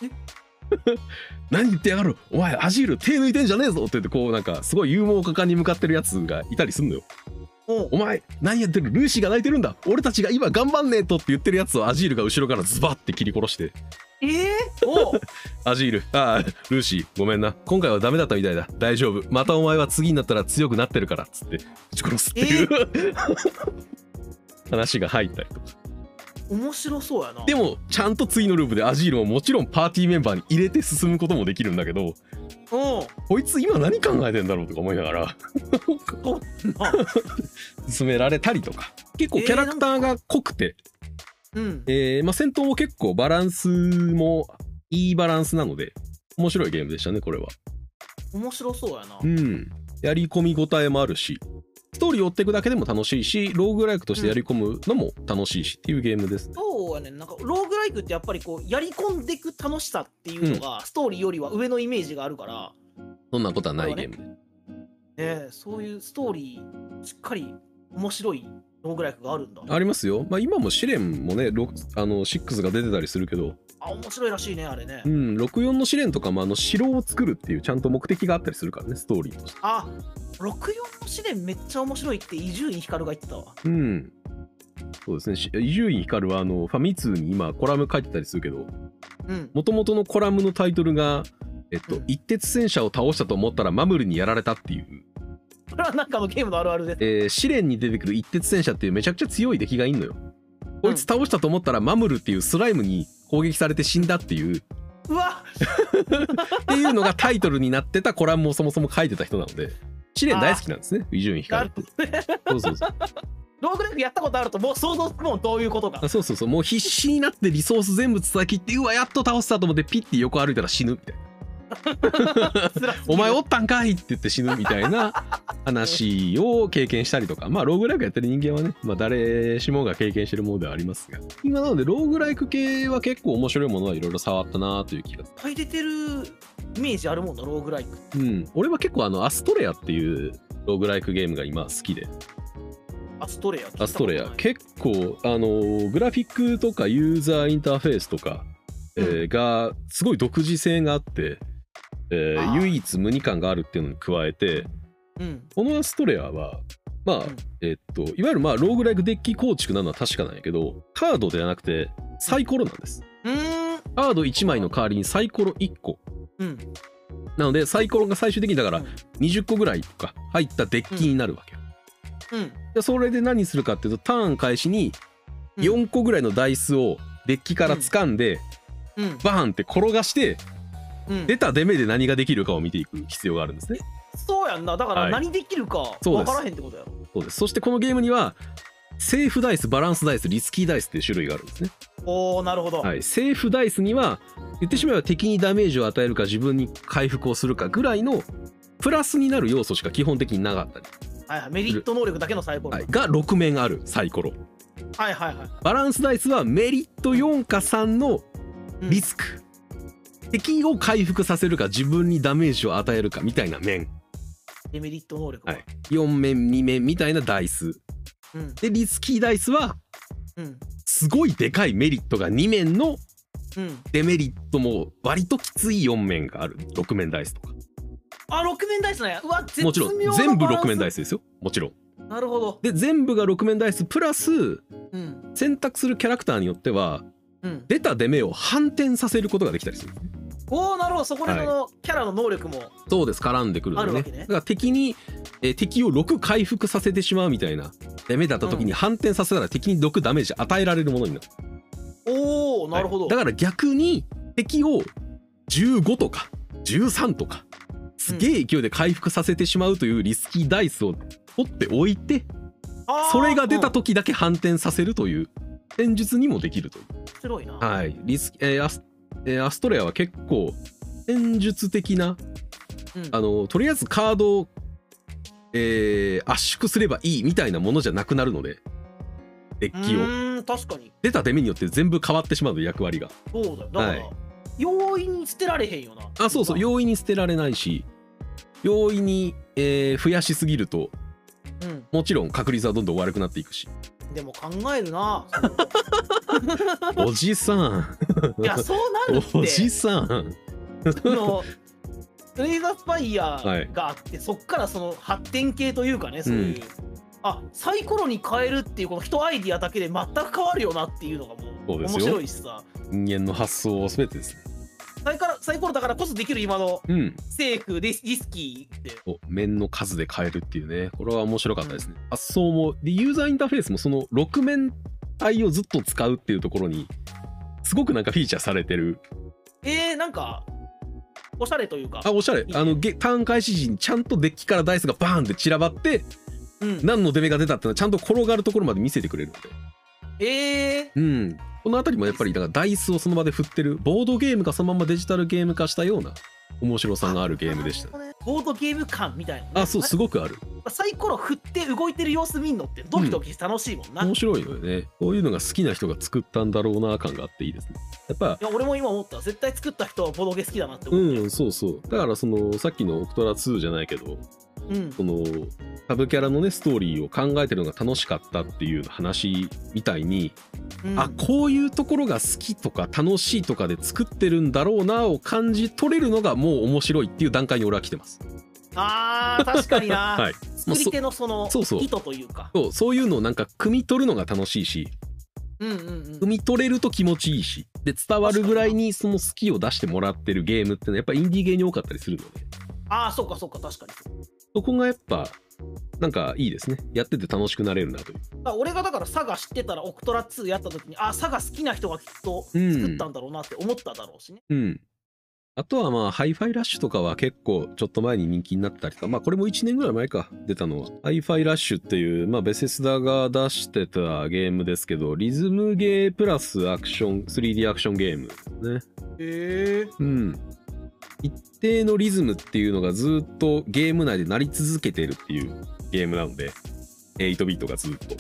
え「 何言ってやがるお前アジール手抜いてんじゃねえぞ」って言ってこうなんかすごい勇猛果敢に向かってるやつがいたりすんのよ。おうお前何やってるルーシーが泣いてるんだ俺たちが今頑張んねえとって言ってるやつをアジールが後ろからズバッて切り殺してええおう「アジールああルーシーごめんな今回はダメだったみたいだ大丈夫またお前は次になったら強くなってるから」っつって撃ち殺すっていう、 話が入ったりとか面白そうやなでもちゃんと次のループでアジールももちろんパーティーメンバーに入れて進むこともできるんだけどおうこいつ今何考えてんだろうとか思いながらあ進められたりとか結構キャラクターが濃くてうんえーまあ、戦闘も結構バランスもいいバランスなので面白いゲームでしたねこれは面白そうやなうんやり込み応えもあるしストーリー追っていくだけでも楽しいしローグライクとしてやり込むのも楽しいしっていうゲームですねそうやねんなんかローグライクってやっぱりこうやり込んでく楽しさっていうのが、ストーリーよりは上のイメージがあるから、そんなことはないゲームでねえ、そういうストーリーしっかり面白いローグライクがあるんだありますよ、まあ、今も試練もねろくあの6が出てたりするけど、あ面白いらしいねあれね、うん、64の試練とかもあの城を作るっていうちゃんと目的があったりするからねストーリーとしてあ64の試練めっちゃ面白いって伊集院光が言ってたわうんそうですねし伊集院光はあのファミ通に今コラム書いてたりするけどうんもともとのコラムのタイトルが、えっとうん一徹戦車を倒したと思ったらマムルにやられたっていう、これはなんかのゲームのあるあるでえー試練に出てくる一徹戦車っていうめちゃくちゃ強い敵がいんのよ。こいつ倒したと思ったらマムルっていうスライムに攻撃されて死んだっていう、っうわていうのがタイトルになってたコラムをそもそも書いてた人なので、試練大好きなんですね、伊集院な光るって。そうそうそうローグライクやったことあるともう想像もうどういうことか あそうそうそう、もう必死になってリソース全部伝え切って、うわ、やっと倒したと思ってピッて横歩いたら死ぬみたいな。辛すぎるお前おったんかいって言って死ぬみたい な話を経験したりとかまあローグライクやってる人間はね、まあ、誰しもが経験してるものではありますが今なのでローグライク系は結構面白いものはいろいろ触ったなという気がすいっぱい出てるイメージあるもんなローグライクるうん俺は結構あのアストレアっていうローグライクゲームが今好きでアストレア聞いたことないアストレア結構あのーグラフィックとかユーザーインターフェースとか、えーがすごい独自性があって、えーあー唯一無二感があるっていうのに加えてうんこのアストレアはまあ、うんえっといわゆるまあローグライクデッキ構築なのは確かなんやけどカードではなくてサイコロなんですうーんカード1枚の代わりにサイコロ1個うんなのでサイコロが最終的にだからうん20個ぐらいとか入ったデッキになるわけよ、うんでそれで何するかっていうとターン開始にうん4個ぐらいのダイスをデッキから掴んで、うんバーンって転がしてうん出た出目で何ができるかを見ていく必要があるんですねそうやんなだからはい何できるかそうで分すからへんってことやろそうですそしてこのゲームにはセーフダイスバランスダイスリスキーダイスっていう種類があるんですねおおなるほど、はい、セーフダイスには言ってしまえば敵にダメージを与えるか自分に回復をするかぐらいのプラスになる要素しか基本的になかったり、はいはいメリット能力だけのサイコロ、ははいい、、が6面あるサイコロはいはいはいバランスダイスはメリット4か3のうんリスク、敵を回復させるか自分にダメージを与えるかみたいな面、デメリット能力は、はい、4面2面みたいなダイスうんでリスキーダイスはうんすごいでかいメリットが2面のうんデメリットも割ときつい4面がある6面ダイスとか。あ六面ダイスなんやうわ絶妙もちろん全部6面ダイススですよもちろんなるほどで全部が6面ダイスプラスうん選択するキャラクターによってはうん出た出目を反転させることができたりするんですねおおなるほどそこではいそのキャラの能力も、そうです絡んでくるのあるねわけねだから敵に、えー敵を6回復させてしまうみたいな出目だった時に反転させたら敵に6ダメージ与えられるものになる、おおなるほはど、いだから逆に敵を15とか13とかすげえ勢いで回復させてしまうというリスキーダイスを取っておいてあーそれが出うたん時だけ反転させるという戦術にもできるという。面白いな、はい。リスえーアスえーアストレアは結構戦術的な、うんあの、とりあえずカードを、ええー圧縮すればいいみたいなものじゃなくなるのでデうッキをーん確かに出た出目によって全部変わってしまうので役割がそうだよだから、はい容易に捨てられへんよなあそうそう容易に捨てられないし容易に、えー増やしすぎるとうんもちろん確率はどんどん悪くなっていく しでも考え るなおじさんいやそうなるっおじてさんその レーザースパイヤはいーがあって、そっからその発展系というかねそういう、あサイコロに変えるっていうこの人アイディアだけで全く変わるよなっていうのがもそううですよ面白いしさ人間の発想を全てですねサイコロサイコロだからこそできる今のうんセーフリスリスキーってお面の数で変えるっていうねこれは面白かったですね、発想もでユーザーインターフェースもその6面体をずっと使うっていうところにすごくなんかフィーチャーされてるえー、なんかおしゃれというかあおしゃれあのゲターン開始時にちゃんとデッキからダイスがバーンって散らばってうん、何の出目が出たってのはちゃんと転がるところまで見せてくれるのでえー、うんこの辺りもやっぱりだからダイスをその場で振ってるボードゲームがそのままデジタルゲーム化したような面白さがあるゲームでしたねボードゲーム感みたいなね、あそうすごくあるサイコロ振って動いてる様子見んのってドキドキして楽しいもんな、面い白いのよねこういうのが好きな人が作ったんだろうな感があっていいですねやっぱや俺も今思った絶対作った人はボードゲ好きだなってう思ったんそうそうだからそのさっきの「オクトラ2」じゃないけどうん、うんそのサブキャラのねストーリーを考えてるのが楽しかったっていう話みたいに、あこういうところが好きとか楽しいとかで作ってるんだろうなを感じ取れるのがもう面白いっていう段階に俺は来てますあー確かにな、 はい作り手のそのそうそう意図というかそうそういうのをなんか汲み取るのが楽しいしうんうんう汲んみ取れると気持ちいいしで伝わるぐらいにその好きを出してもらってるゲームってのはやっぱインディーゲーに多かったりするのでああそうかそうか確かにそこがやっぱなんかいいですねやってて楽しくなれるなというだから俺がだから佐賀知ってたらオクトラ2やった時にああ佐賀好きな人がきっと作ったんだろうなって思っただろうしね、うん。あとはまあ、ハイファイラッシュとかは結構ちょっと前に人気になってたりとか、まあこれも1年ぐらい前か、出たのは。ハイファイラッシュっていう、まあベセスダが出してたゲームですけど、リズムゲープラスアクション、3D アクションゲームですね。へえうん。一定のリズムっていうのがずっとゲーム内で鳴り続けてるっていうゲームなので、8ビートがずっと。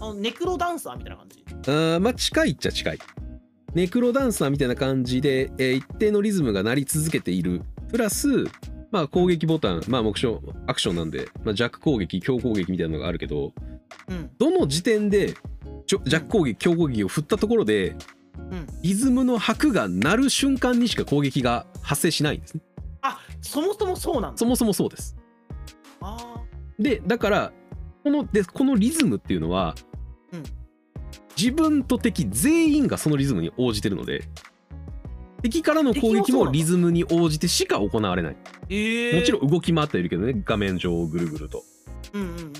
あのネクロダンサーみたいな感じあーまあ近いっちゃ近いネクロダンサーみたいな感じで、えー一定のリズムが鳴り続けているプラスまあ攻撃ボタンまあ目標アクションなんで、まあ、弱攻撃強攻撃みたいなのがあるけどうんどの時点でちょ弱攻撃強攻撃を振ったところでうんリズムの拍が鳴る瞬間にしか攻撃が発生しないんですねあそもそもそうなんだそもそもそうですあでだからこのでこのリズムっていうのは、うん自分と敵全員がそのリズムに応じてるので敵からの攻撃敵もそうなものリズムに応じてしか行われない、ええもちろん動き回ってはいるけどね画面上をぐるぐるとうんうんうん、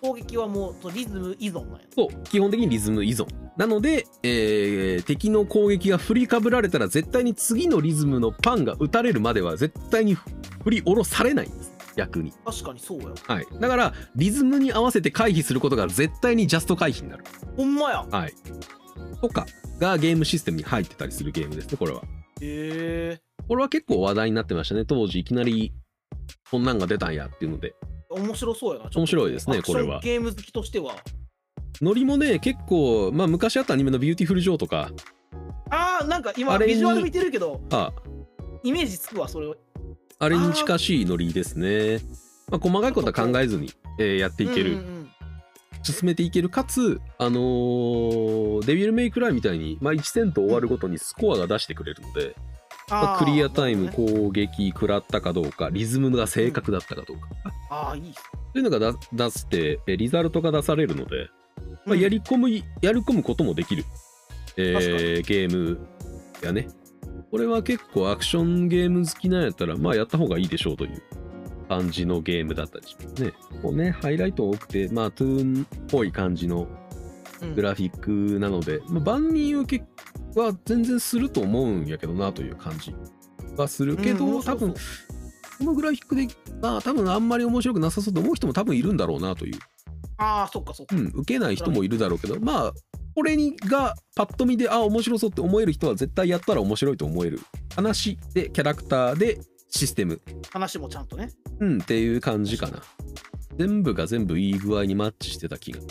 攻撃はもうそうリズム依存なんやそう基本的にリズム依存なので、えー敵の攻撃が振りかぶられたら絶対に次のリズムのパンが打たれるまでは絶対に振り下ろされないんです逆に、確かにそうやはい、だからリズムに合わせて回避することが絶対にジャスト回避になるほんまやはい。とかがゲームシステムに入ってたりするゲームですね、これは。へえこれは結構話題になってましたね、当時いきなりこんなんが出たんやっていうので。面白そうやなちょっと面白いですねアクションこれはゲーム好きとしてはノリもね、結構、まあ昔あったアニメのビューティフルジョーとか、あーなんか今あれにビジュアル見てるけどあイメージつくわそれをあれに近しいノリですね。まあ細かいことは考えずに、えーやっていける、うんうんうん進めていける、かつ、あのーデビルメイクライみたいに、まあ1セント終わるごとにスコアが出してくれるので、まああークリアタイム、なるほどね攻撃、食らったかどうか、リズムが正確だったかどうか。ああいいっすというのがだ出して、えリザルトが出されるので、まあ、うんやり込む、やり込むこともできる、えーゲームやね。これは結構アクションゲーム好きなんやったら、まあやった方がいいでしょうという感じのゲームだったりしますね。こうね、ハイライト多くて、まあトゥーンっぽい感じのうんグラフィックなので、まあ、万人受けは全然すると思うんやけどなという感じはするけど、うん面多白そう分このグラフィックで、まあ、多分あんまり面白くなさそうと思う人も多分いるんだろうなという、ああそっかそっうか、ん、受けない人もいるだろうけどまあこれにがパッと見であ面白そうって思える人は絶対やったら面白いと思える話でキャラクターでシステム、話もちゃんとねうん、っていう感じかな全部が全部いい具合にマッチしてた気が い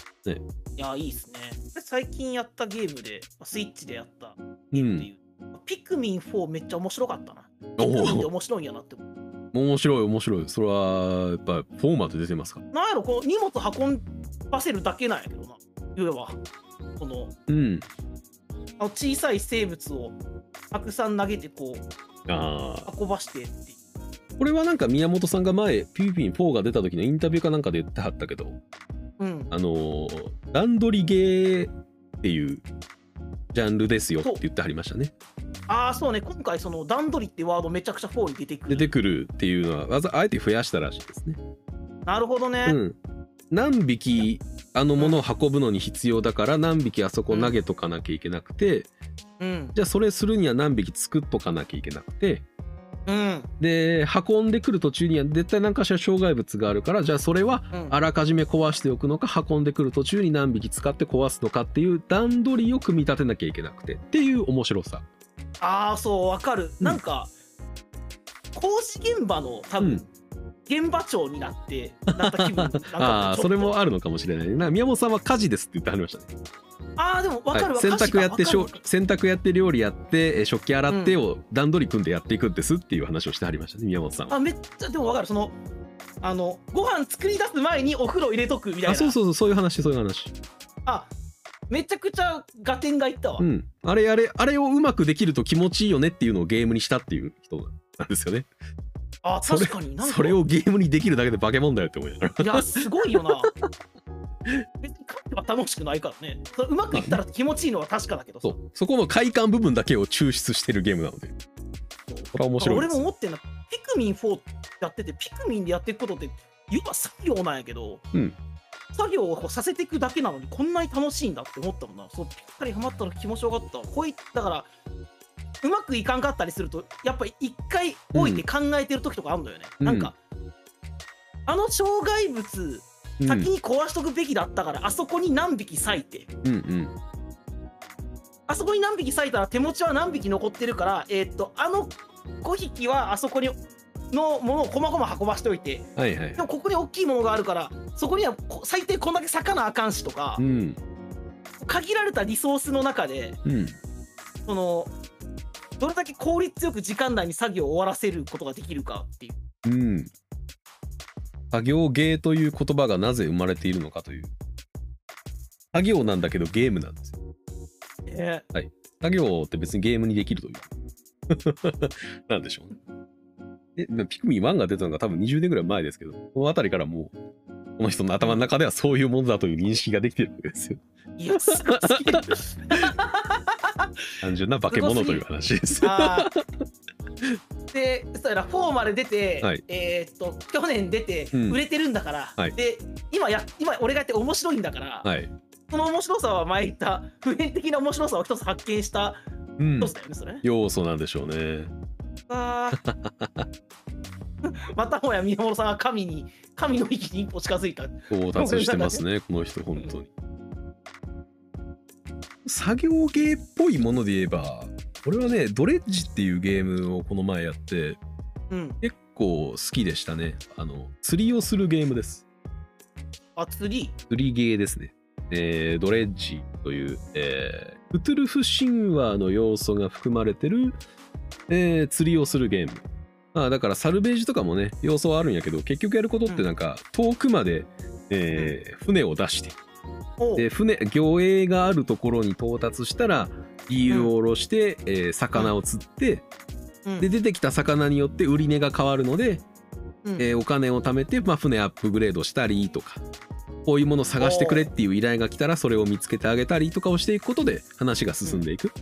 や、いいですね。これ最近やったゲームで、まあスイッチでやったってういんう。まあピクミン4めっちゃ面白かったな。おピクミンってお面白いんやなって思う。面白い面白いそれはやっぱフォーマット出てますからなんやろ、この荷物運ばせるだけなんやけどな。要は、このうんあの小さい生物をたくさん投げて、こう、ああ運ばしてっていう。これはなんか宮本さんが前ピーピン4が出た時のインタビューかなんかで言ってはったけどうん。あのー段取りゲーっていうジャンルですよって言ってはりましたねああ、そうね、今回、その段取りってワードめちゃくちゃ4に出てく出る。てくるっていうのはわざあえて増やしたらしいですねなるほどね。うん、何匹あのものを運ぶのに必要だから何匹あそこ投げとかなきゃいけなくて、うん。じゃあそれするには何匹作っとかなきゃいけなくてうん。で運んでくる途中には絶対何かしら障害物があるからじゃあそれはうんあらかじめ壊しておくのか運んでくる途中に何匹使って壊すのかっていう段取りを組み立てなきゃいけなくてっていう面白さ。ああそうわかる、うんなんか工事現場の多分、うん現場長になってなっ た気分なんかああちょっとそれもあるのかもしれないねな宮本さんは家事ですって言ってはりましたね。ああでもわかるわ、はい、洗濯やって歌し詞がょわかる洗濯やって料理やってえー食器洗ってうを段取り組んでやっていくんですっていう話をしてはりましたね宮本さんは。あめっちゃでもわかるそのあのご飯作り出す前にお風呂入れとくみたいなあそうそうそうそういう話そういう話。あめちゃくちゃ合点がいったわ、うん。あれあれあれをうまくできると気持ちいいよねっていうのをゲームにしたっていう人なんですよね。あそれ確かになんかそれをゲームにできるだけで化け物だよって思いながら。いやすごいよな別に勝っては楽しくないからねそれうまくいったら気持ちいいのは確かだけどさそうそこの快感部分だけを抽出してるゲームなので。これは面白い俺ですも思ってんなピクミン4やっててピクミンでやっていくことって要は作業なんやけど、うん作業をこうさせていくだけなのにこんなに楽しいんだって思ったもんなそうぴったりハマったの気持ちよかったこういだからうまくいかんかったりするとやっぱり一回置いて考えてる時とかあるんだよね、うんなんかあの障害物うん先に壊しとくべきだったから、あそこに何匹割いてうんうん。あそこに何匹咲いたら手持ちは何匹残ってるから、えーっと、あの5匹はあそこにのものをこまごま運ばしておいて、はいはいで。もここに大きいものがあるから、そこにはこ最低こんだけ咲かなあかんしとかう、ん限られたリソースの中で、うんその、どれだけ効率よく時間内に作業を終わらせることができるかっていう。うん。作業ゲーという言葉がなぜ生まれているのかという。作業なんだけどゲームなんですよ。え作業って別にゲームにできるという。 なんでしょうね。えまあピクミン1が出たのが多分20年ぐらい前ですけど、この辺りからもう、この人の頭の中ではそういうものだという認識ができてるわけですよ。 いや、すごすぎる単純な化け物という話です。あーで、そうやな、4まで出て、はいえーっと、去年出て、うん売れてるんだから、はいで、今や、今、俺がやって面白いんだから、はい。その面白さは前言った、普遍的な面白さを一つ発見したうん一つだよね、それ。要素なんでしょうね。あー またもや宮本さんが神に、神の域に一歩近づいた。到達してますね、この人、本当に。作業ゲーっぽいもので言えば、俺はね、ドレッジっていうゲームをこの前やって、うん。結構好きでしたね。あの、釣りをするゲームです。あ、釣り。釣りゲーですね。えードレッジという、えークトゥルフ神話の要素が含まれてる、えー釣りをするゲーム。まあ、だからサルベージとかもね、要素はあるんやけど、結局やることってなんか、遠くまで、えー船を出して、おうで船魚影があるところに到達したらリールを下ろして、えー魚を釣って、うんで出てきた魚によって売り値が変わるので、うんえーお金を貯めて、まあ、船アップグレードしたりとかこういうものを探してくれっていう依頼が来たらそれを見つけてあげたりとかをしていくことで話が進んでいく、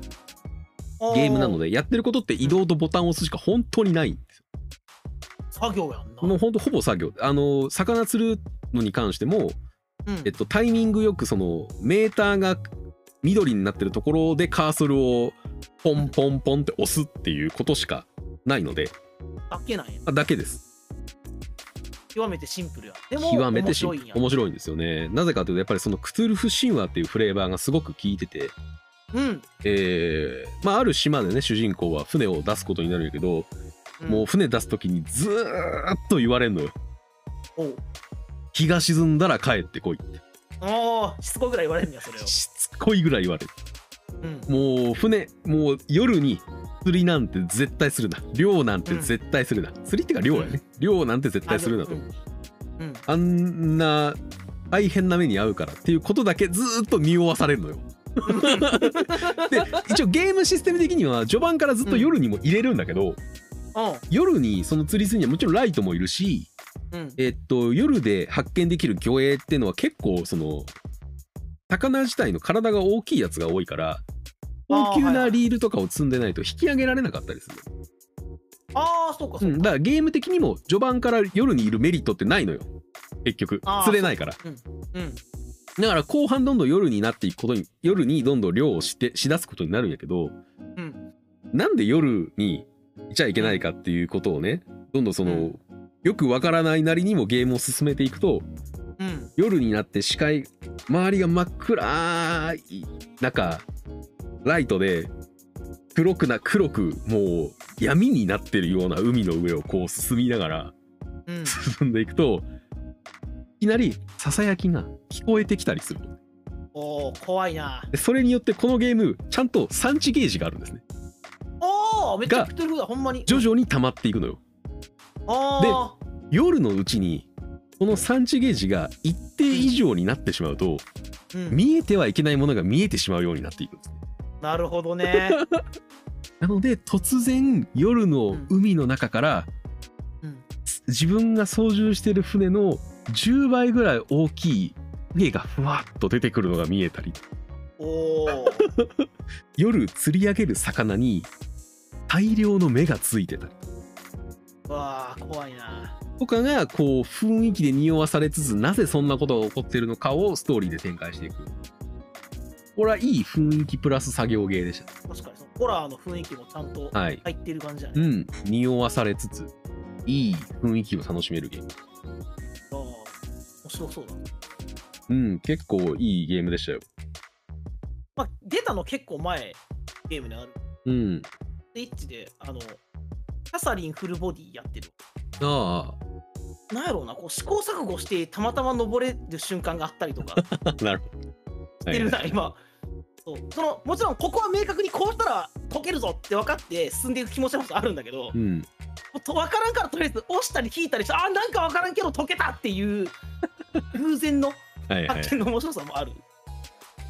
ゲームなので。でやってることって移動とボタンを押すしか本当にないんですよ。作業やんな。もうほんとほぼ作業あの魚釣るのに関してもうんえっと、タイミングよくそのメーターが緑になってるところでカーソルをポンポンポンって押すっていうことしかないのでだけなんや。だけです極めてシンプルやん。でも、極めて面シン白プいルんや。面白いんですよねなぜかというとやっぱりそのクトゥルフ神話っていうフレーバーがすごく効いてて、うん。えーまあ、ある島でね主人公は船を出すことになるんやけど、うんもう船出す時にずーっと言われんのよおう日が沈んだら帰ってこいってああしつこいぐらい言われるんやそれをしつこいぐらい言われるうんもう船もう夜に釣りなんて絶対するな漁なんて絶対するな、釣りってか漁やね漁なんて絶対するなと、うんうんあんな大変な目に遭うからっていうことだけずーっと匂わされるの よで一応ゲームシステム的には序盤からずっと夜にも入れるんだけど、夜にその釣りするにはもちろんライトもいるし、うんうんえっと、夜で発見できる魚影っていうのは結構その魚自体の体が大きいやつが多いからあー高級はいはないリールとかを積んでないと引き上げられなかったりする、ああそうかそううんかだからゲーム的にも序盤から夜にいるメリットってないのよ結局あー釣れないからうんだから後半どんどん夜になっていくことに夜にどんどん漁をしてしだすことになるんやけど、うんなんで夜にいちゃいけないかっていうことをねどんどんその、うんよくわからないなりにもゲームを進めていくとうん夜になって視界周りが真っ暗い中ライトで黒くな黒くもう闇になってるような海の上をこう進みながらうん進んでいくといきなりささやきが聞こえてきたりするおお怖いなでそれによってこのゲームちゃんと産地ゲージがあるんですねおおめっちゃ食ってるだほんまに徐々に溜まっていくのよああ夜のうちにこの産地ゲージが一定以上になってしまうとうん見えてはいけないものが見えてしまうようになっていくんですなるほどねなので突然夜の海の中から、うん自分が操縦してる船の10倍ぐらい大きい影がふわっと出てくるのが見えたりおお夜釣り上げる魚に大量の目がついてたりわあ怖いなとかがこう雰囲気で匂わされつつなぜそんなことが起こってるのかをストーリーで展開していくこれはいい雰囲気プラス作業芸でし確かにそのホラーの雰囲気もちゃんとたはい入ってる感じやうね、ん匂わされつついい雰囲気を楽しめるゲームああ面白そうだうん結構いいゲームでしたよまあ出たの結構前ゲームにあるうんスイッチであのキャサリンフルボディやってるあなんやろうなこう試行錯誤してたまたま登れる瞬間があったり とかしあなるほどてるな今そうそのもちろんここは明確にこうしたらこけるぞって分かって進んでいく気持ちもあるんだけど、うん、と分からんからとりあえず押したり引いたりしてあーなんか分からんけど解けたっていう偶然のはいはい発見の面白さもある、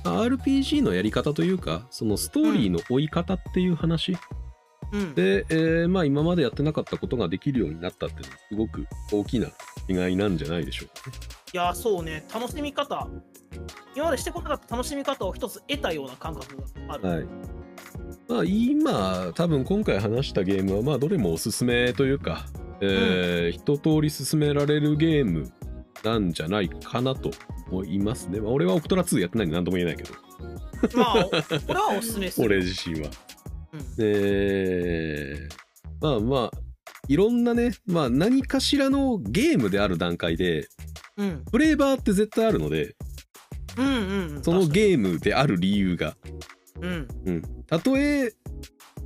RPG のやり方というかそのストーリーの追い方っていう話、うんで、えーまあ、今までやってなかったことができるようになったっていうのはすごく大きな違いなんじゃないでしょうかねいやーそうね楽しみ方今までしてこなかった楽しみ方を一つ得たような感覚がある、はい。まあ今多分今回話したゲームはまあどれもおすすめというか、えー一通り進められるゲームなんじゃないかなと思いますね。まあ、俺はオクトラ2やってないんで何とも言えないけどまあおこれはおすす めです俺自身は。うんえーまあまあいろんなね、まあ、何かしらのゲームである段階でうんフレーバーって絶対あるのでうんうんうんそのゲームである理由がうんたとえ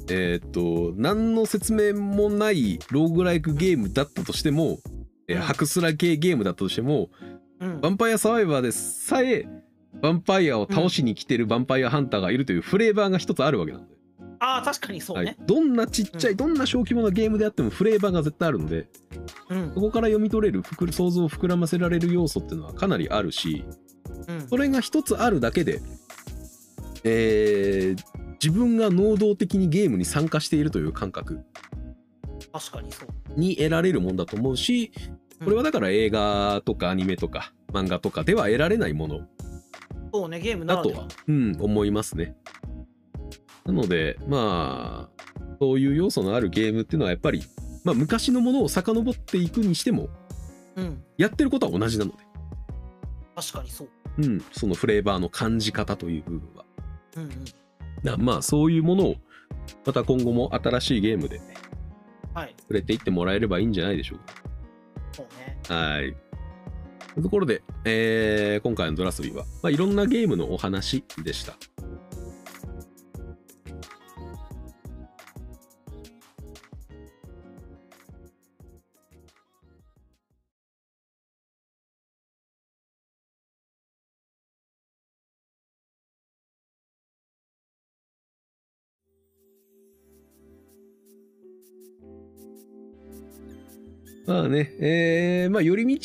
えーっと何の説明もないローグライクゲームだったとしても、えーうんハクスラ系ゲームだったとしてもうんヴァンパイアサバイバーでさえヴァンパイアを倒しに来てるヴァンパイアハンターがいるというフレーバーが一つあるわけなので、ああ確かにそうはいね、、どんなちっちゃい、うんどんな小規模なゲームであってもフレーバーが絶対あるのでうんそこから読み取れるふく想像を膨らませられる要素っていうのはかなりあるしうんそれが一つあるだけで、えー自分が能動的にゲームに参加しているという感覚確かにそうに得られるもんだと思うしこれはだから映画とかアニメとか漫画とかでは得られないものそうねゲームなだらとではは、うん、思いますね。なのでまあそういう要素のあるゲームっていうのはやっぱり、まあ、昔のものを遡っていくにしてもうんやってることは同じなので、確かにそううん、そのフレーバーの感じ方という部分は。うんうんなまあそういうものをまた今後も新しいゲームではい触れていってもらえればいいんじゃないでしょうか。そうねはい。というところで、えー今回のドラスビーは、まあ、いろんなゲームのお話でした。まあね、えーまあ、寄り道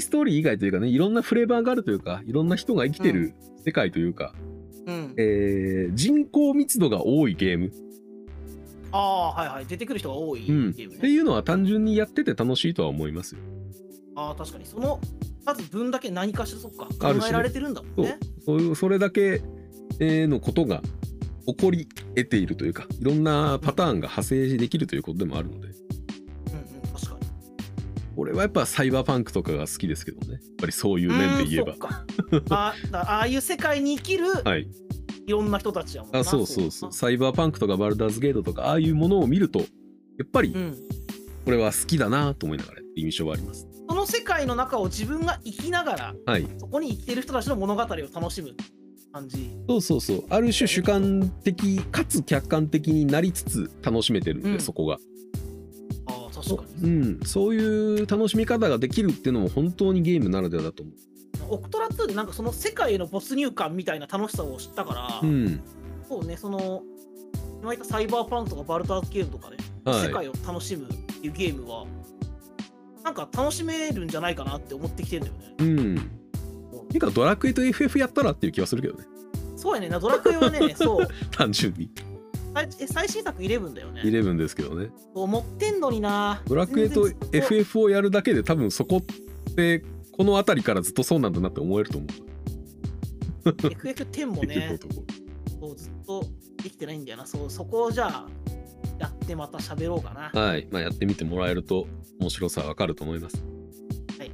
ストーリー以外というかね、いろんなフレーバーがあるというか、いろんな人が生きてる世界というか、うん。えー人口密度が多いゲームああ、はいはい。出てくる人が多いゲうんームっね。ていうのは単純にやってて楽しいとは思いますよ。ああ、確かに。その数分だけ何かしらそっかあるしね考えられてるんだもんそうね。そういうそれだけえーのことが起こり得ているというか、いろんなパターンが派生できるということでもあるので、うんうん、確かに。俺はやっぱサイバーパンクとかが好きですけどね、やっぱりそういう面で言えばう。ーんそっかあーだああいう世界に生きるはい、いろんな人たちやもんなあそうそうそうそサイバーパンクとかバルダーズゲートとかああいうものを見るとやっぱりううん、これは好きだなと思いながら印象はありますその世界の中を自分が生きながらはいそこに生きてる人たちの物語を楽しむ感じそうそうそうある種主観的かつ客観的になりつつ楽しめてるんで、うんそこが、ああ確かに、うん、そういう楽しみ方ができるっていうのも本当にゲームならではだと思オクトラ2でなんかその世界への没入感みたいな楽しさを知ったかう、ら、うんそうねその今言ったサイバーパンクとかバルターズゲームとかね、世はい、界を楽しむっていうゲームはなんか楽しめるんじゃないかなって思ってきてんだよねうん、てかドラクエと FF やったらっていう気はするけどね そうやねんなドラクエはねそう単純に最え最新作11だよね11ですけどねそう持ってんのになドラクエと全然ずっ FF をやるだけで多分そこってこの辺りからずっとそうなんだなって思えると思う FF10 も結局のねとこそうずっとできてないんだよなそうそこをじゃあやってまた喋ろうかなはい、まあ、やってみてもらえると面白さはわかると思います。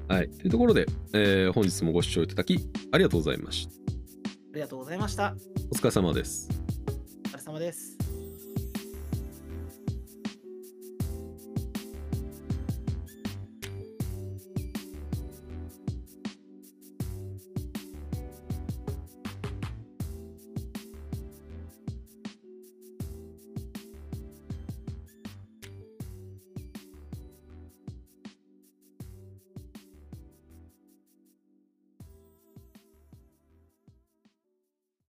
はい、というところで、えー本日もご視聴いただきありがとうございました。ありがとうございましたお疲れ様です。お疲れ様です